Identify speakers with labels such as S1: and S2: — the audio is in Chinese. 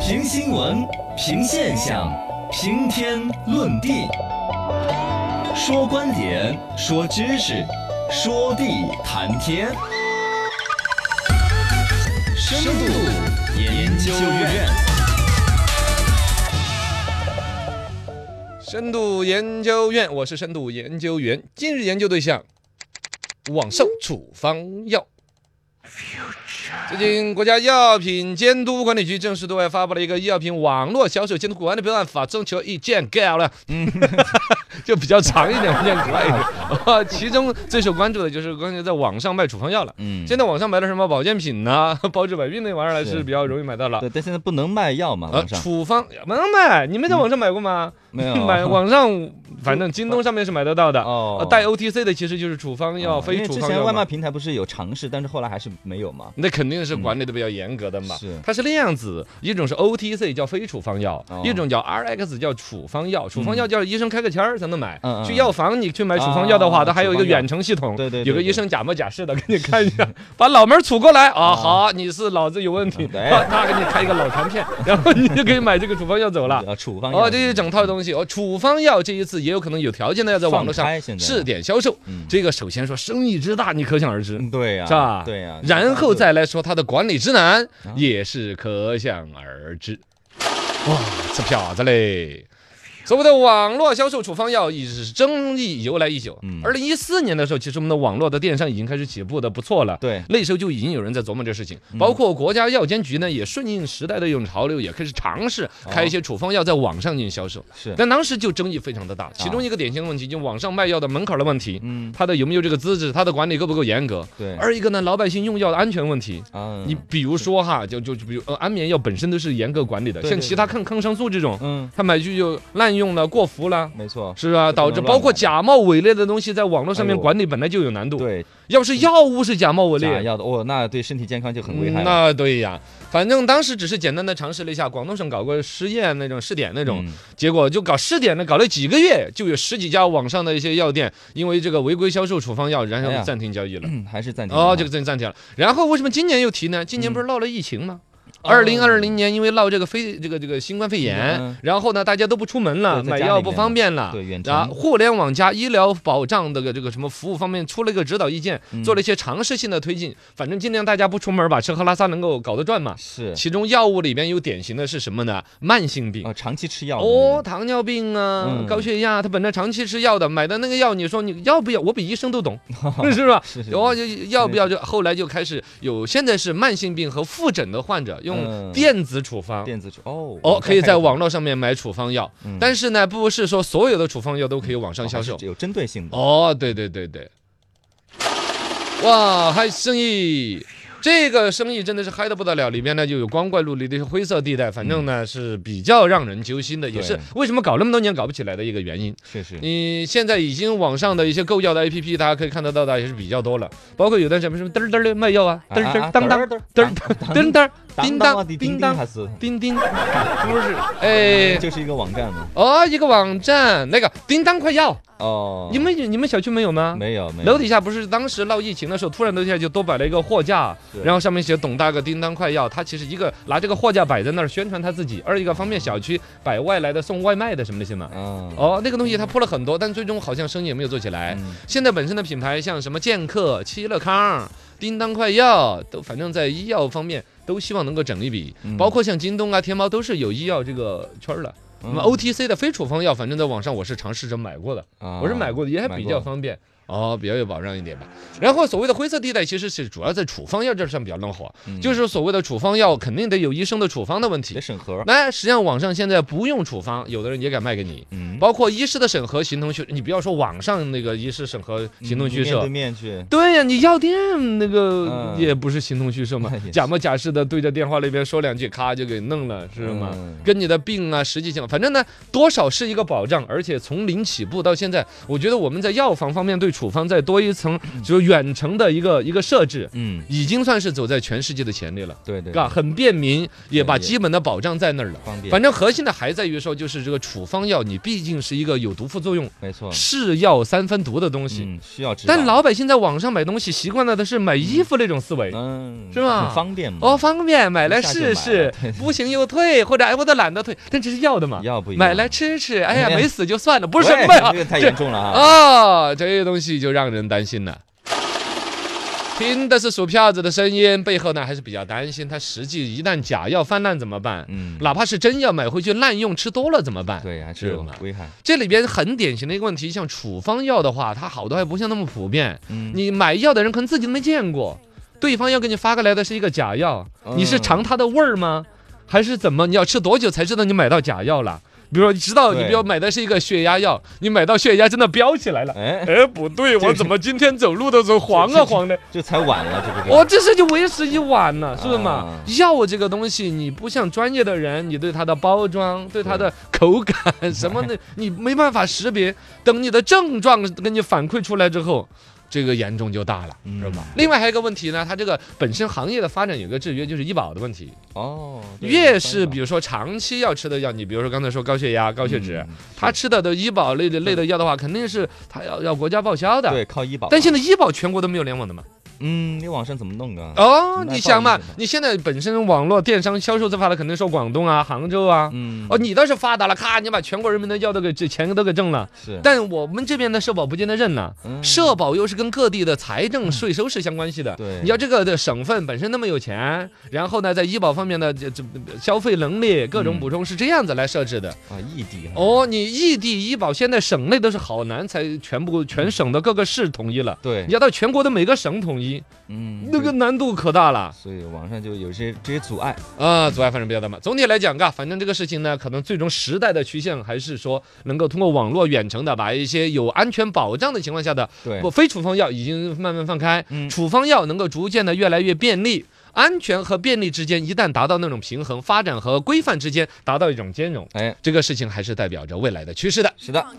S1: 评新闻，评现象，评天论地，说观点，说知识，说地谈天。深度研究院，
S2: 深度研究院，我是深度研究员。今日研究对象：网售处方药。最近，国家药品监督管理局正式对外发布了一个《药品网络销售监督管理办法》征求意见稿了。 嗯，就比较长一点，我念可爱一点。啊，其中最受关注的就是关于在网上卖处方药了。
S3: 嗯，
S2: 现在网上买的什么保健品呐、 包治百病那玩意儿还是
S3: 是
S2: 比较容易买到了。
S3: 对，但现在不能卖药嘛，
S2: 啊，
S3: 网上
S2: 处方能买，你没在网上买过吗？
S3: 没
S2: 买
S3: 有。
S2: 网上，反正京东上面是买得到的。
S3: 嗯哦
S2: 呃带 OTC 的其实就是处方
S3: 哦
S2: 药、
S3: 因
S2: 非
S3: 为
S2: 处
S3: 之
S2: 方
S3: 前
S2: 药
S3: 外
S2: 嘛
S3: 卖。平台不是有尝试，但是后来还是没有嘛。
S2: 那肯定是管理的比较严格的嘛。
S3: 是
S2: 它是那样子，一种是 OTC 叫非处方药，
S3: 哦嗯
S2: 一种叫 RX 叫处方药。处方药叫医生开个签儿才能买。
S3: 嗯嗯
S2: 去
S3: 嗯
S2: 药房你去买处方药的话，
S3: 啊
S2: 它还有一个
S3: 处方药
S2: 远程系统，
S3: 对对对
S2: 有个
S3: 对
S2: 医生假模假式的给你看一下，把脑门儿杵过来啊，好，你是脑子有问题，
S3: 哦嗯对
S2: 他他给你开一个脑残片，然后你就可以买这个处方药走了。
S3: 呃，处方
S2: 哦，
S3: 药
S2: 这一整套东西哦，处方药这一次也有可能有条件的要在网络上
S3: 放开现在
S2: 试点销售
S3: 嗯。
S2: 这个首先说生意之大，你可想而知，
S3: 嗯对呀，
S2: 是吧？
S3: 对呀，
S2: 然后
S3: 再
S2: 再来说它的管理之难
S3: 啊，
S2: 也是可想而知。哇，吃票子嘞！所谓的网络销售处方药，一直是争议由来已久
S3: 嗯。
S2: 二零一四年的时候，其实我们的网络的电商已经开始起步的不错了。
S3: 对
S2: 那时候就已经有人在琢磨这事情，
S3: 嗯
S2: 包括国家药监局呢，也顺应时代的一种潮流，也开始尝试
S3: 哦
S2: 开一些处方药在网上进行销售。
S3: 是
S2: 但当时就争议非常的大，其中一个典型的问题就是网上卖药的门槛儿的问题，
S3: 啊嗯
S2: 它的有没有这个资质，它的管理够不够严格。
S3: 对
S2: 二一个呢，老百姓用药的安全问题。
S3: 啊
S2: 你比如说哈，就就就比如呃，安眠药本身都是严格管理的，
S3: 对
S2: 像
S3: 对
S2: 其他抗抗生素这种，
S3: 嗯，
S2: 他买去就滥用了、过服了，
S3: 没错，
S2: 是啊，
S3: 嗯不能
S2: 导致
S3: 乱
S2: 包括
S3: 买
S2: 假冒伪劣的东西在网络上面
S3: 哎呦
S2: 管理本来就有难度。
S3: 对
S2: 要是药物是假冒伪
S3: 假
S2: 劣，
S3: 药的哦，那对身体健康就很危害啊
S2: 嗯
S3: 了。
S2: 那对呀，反正当时只是简单的尝试了一下，广东省搞过实验那种试点那种，
S3: 嗯
S2: 结果就搞试点呢，搞了几个月，就有十几家网上的一些药店因为这个违规销售处方药，然
S3: 哎
S2: 后
S3: 呀
S2: 暂停交易了。
S3: 嗯还是暂停
S2: 哦，
S3: 吧
S2: 这个真暂停了。然后为什么今年又提呢？今年不是闹了疫情吗？
S3: 哦
S2: 二零二零年因为闹这个非这个这个新冠肺炎
S3: 嗯，
S2: 然后呢大家都不出门了，
S3: 对
S2: 买
S3: 在家
S2: 药
S3: 里
S2: 不
S3: 面
S2: 方便了。
S3: 对远
S2: 啊，
S3: 程
S2: 互联网加医疗保障的这个什么服务方面出了一个指导意见，
S3: 嗯
S2: 做了一些尝试性的推进。反正尽量大家不出门，把吃喝拉撒能够搞得转嘛。
S3: 是
S2: 其中药物里边有典型的是什么呢？慢性病
S3: 哦，。长期吃药的
S2: 哦，糖尿病啊，
S3: 嗯
S2: 高血压，他本来长期吃药的，买的那个药，你说你要不要？我比医生都懂，是 吧？
S3: 是是
S2: 然后就要不要就后来就开始有，现在是慢性病和复诊的患者用
S3: 嗯
S2: 电子处方。
S3: 电子处哦
S2: 哦，可以在网
S3: 上
S2: 络上面买处方药，
S3: 嗯
S2: 但是呢，不是说所有的处方药都可以网上销售。
S3: 有针对性的
S2: 哦，对对对对，哇，嗨生意，这个生意真的是嗨的不得了，里面呢就有光怪陆离的一些灰色地带，反正呢是比较让人揪心的，也是
S3: 对
S2: 为什么搞那么多年搞不起来的一个原因。
S3: 确实
S2: 你现在已经网上的一些购药的 APP，大家可以看得到的也是比较多了，包括有段什么什么嘚儿嘚儿的卖药啊，嘚儿嘚儿当当
S3: 噔
S2: 嘚儿嘚儿嘚儿叮当
S3: 的
S2: 叮
S3: 叮
S2: 当
S3: 还是
S2: 叮叮，不是，哎，
S3: 就是一个网站嘛。
S2: 哦，一个网站，那个叮当快药，
S3: 哦，
S2: 你们你们小区没有吗？
S3: 没有没有
S2: 楼底下不是当时闹疫情的时候，突然楼底下就多摆了一个货架，
S3: 是
S2: 然后上面写“董大个叮当快药”。他其实一个拿这个货架摆在那儿宣传他自己，二一个方面小区摆外来的送外卖的什么那些嘛。
S3: 嗯
S2: 哦，那个东西他铺了很多，但最终好像生意也没有做起来。
S3: 嗯
S2: 现在本身的品牌像什么健客、七乐康、叮当快药，都反正在医药方面都希望能够整一笔，
S3: 嗯
S2: 包括像京东啊、天猫都是有医药这个圈儿的。
S3: 嗯
S2: 那么 OTC 的非处方药，反正在网上我是尝试着买过的。
S3: 啊
S2: 我是买过的，也还
S3: 买
S2: 比
S3: 过
S2: 较方便。哦，比较有保障一点吧。然后所谓的灰色地带，其实是主要在处方药这儿上比较弄火，
S3: 嗯
S2: 就是所谓的处方药肯定得有医生的处方的问
S3: 得
S2: 题。
S3: 审核，
S2: 那实际上网上现在不用处方，有的人也敢卖给你，
S3: 嗯，
S2: 包括医师的审核形同虚，你不要说网上那个医师审核形同
S3: 嗯
S2: 虚
S3: 面
S2: 设
S3: 对。面去，
S2: 对呀、你药店那个
S3: 嗯
S2: 也不是形同虚 设嘛
S3: 那也，是
S2: 假模假式的对着电话那边说两句，咔就给弄了，是吗？
S3: 嗯
S2: 跟你的病啊，实际性，反正呢，多少是一个保障，而且从零起步到现在，我觉得我们在药房方面对处方再多一层，就是远程的一个一个设置，
S3: 嗯，
S2: 已经算是走在全世界的前列了。
S3: 对对，
S2: 啊，很便民，也把
S3: 对
S2: 基本的保障在那儿了。
S3: 方便，
S2: 反正核心的还在于说，就是这个处方药，你毕竟是一个有毒副作用，
S3: 没错，
S2: 是药三分毒的东西。
S3: 嗯，需要知道，
S2: 但老百姓在网上买东西习惯了的是买衣服那种思维。
S3: 嗯
S2: 是吧
S3: 很方便嘛，
S2: 哦，方便，买来
S3: 一下就
S2: 试试
S3: 买了对，
S2: 不行又退，或者哎我都懒得退，但这是药的嘛，
S3: 药不一样
S2: 买来吃吃，哎呀
S3: 哎呀
S2: 没死就算了，不
S3: 喂，
S2: 是什么呀
S3: 这，个太严重了啊，
S2: 啊，这些东西就让人担心了。听的是薯票子的声音，背后呢还是比较担心，它实际一旦假药泛滥怎么办？
S3: 嗯，
S2: 哪怕是真药买回去滥用吃多了怎么办？
S3: 对，还是
S2: 是
S3: 有
S2: 嘛
S3: 危害，
S2: 这里边很典型的一个问题，像处方药的话，它好多还不像那么普遍。
S3: 嗯，
S2: 你买药的人可能自己都没见过，对方要给你发过来的是一个假药，你是
S3: 嗯
S2: 尝它的味儿吗？嗯还是怎么？你要吃多久才知道你买到假药了？比如说，你知道你
S3: 对
S2: 比如买的是一个血压药，你买到血压真的飙 起来了。
S3: 哎，
S2: 哎，不对，
S3: 这
S2: 我
S3: 个
S2: 怎么今天走路的时候黄啊黄的？
S3: 这才晚了，这个
S2: 我这事就为时已晚了，是不是嘛
S3: 啊？
S2: 药这个东西，你不像专业的人，你对它的包装、对它的口感什么的，你没办法识别。等你的症状给你反馈出来之后，这个严重就大了，
S3: 嗯
S2: 是吧？另外还有一个问题呢，它这个本身行业的发展有个制约，就是医保的问题。
S3: 哦，对
S2: 越是比
S3: 方
S2: 如说长期要吃的药，你比如说刚才说高血压、高
S3: 法
S2: 血脂，
S3: 嗯
S2: 他吃的都医保类的类的药的话，肯定是他要要国家报销的。
S3: 对靠医保，
S2: 但现在医保全国都没有联网的嘛？
S3: 嗯，你网上怎么弄啊？
S2: 哦，
S3: 那
S2: 你想嘛
S3: 报应是吧，
S2: 你现在本身网络电商销售这发达，肯定说广东啊、杭州啊。
S3: 嗯，
S2: 哦，你倒是发达了，咔，你把全国人民的药都给这钱都给挣了。
S3: 是，
S2: 但我们这边的社保不见得认了，
S3: 嗯
S2: 社保又是跟各地的财政税收是相关系的。
S3: 对
S2: 你要这个的省份本身那么有钱，然后呢，在医保方面的这这消费能力各种
S3: 嗯
S2: 补充是这样子来设置的。
S3: 啊异地哈，
S2: 哦，你异地医保现在省内都是好难才全部全省的各个市统一了，
S3: 对
S2: 你，要到全国的每个省统一，
S3: 嗯，
S2: 那个
S3: 对，
S2: 难度可大了
S3: 所以网上就有些这些阻碍，
S2: 啊！阻碍反正比较大嘛。总体来讲，嘎，反正这个事情呢，可能最终时代的趋向还是说，能够通过网络远程的，把一些有安全保障的情况下的
S3: 对
S2: 不，非处方药已经慢慢放开，
S3: 嗯
S2: 处方药能够逐渐的越来越便利。安全和便利之间一旦达到那种平衡，发展和规范之间达到一种兼容，
S3: 哎，
S2: 这个事情还是代表着未来的趋势的。
S3: 是的。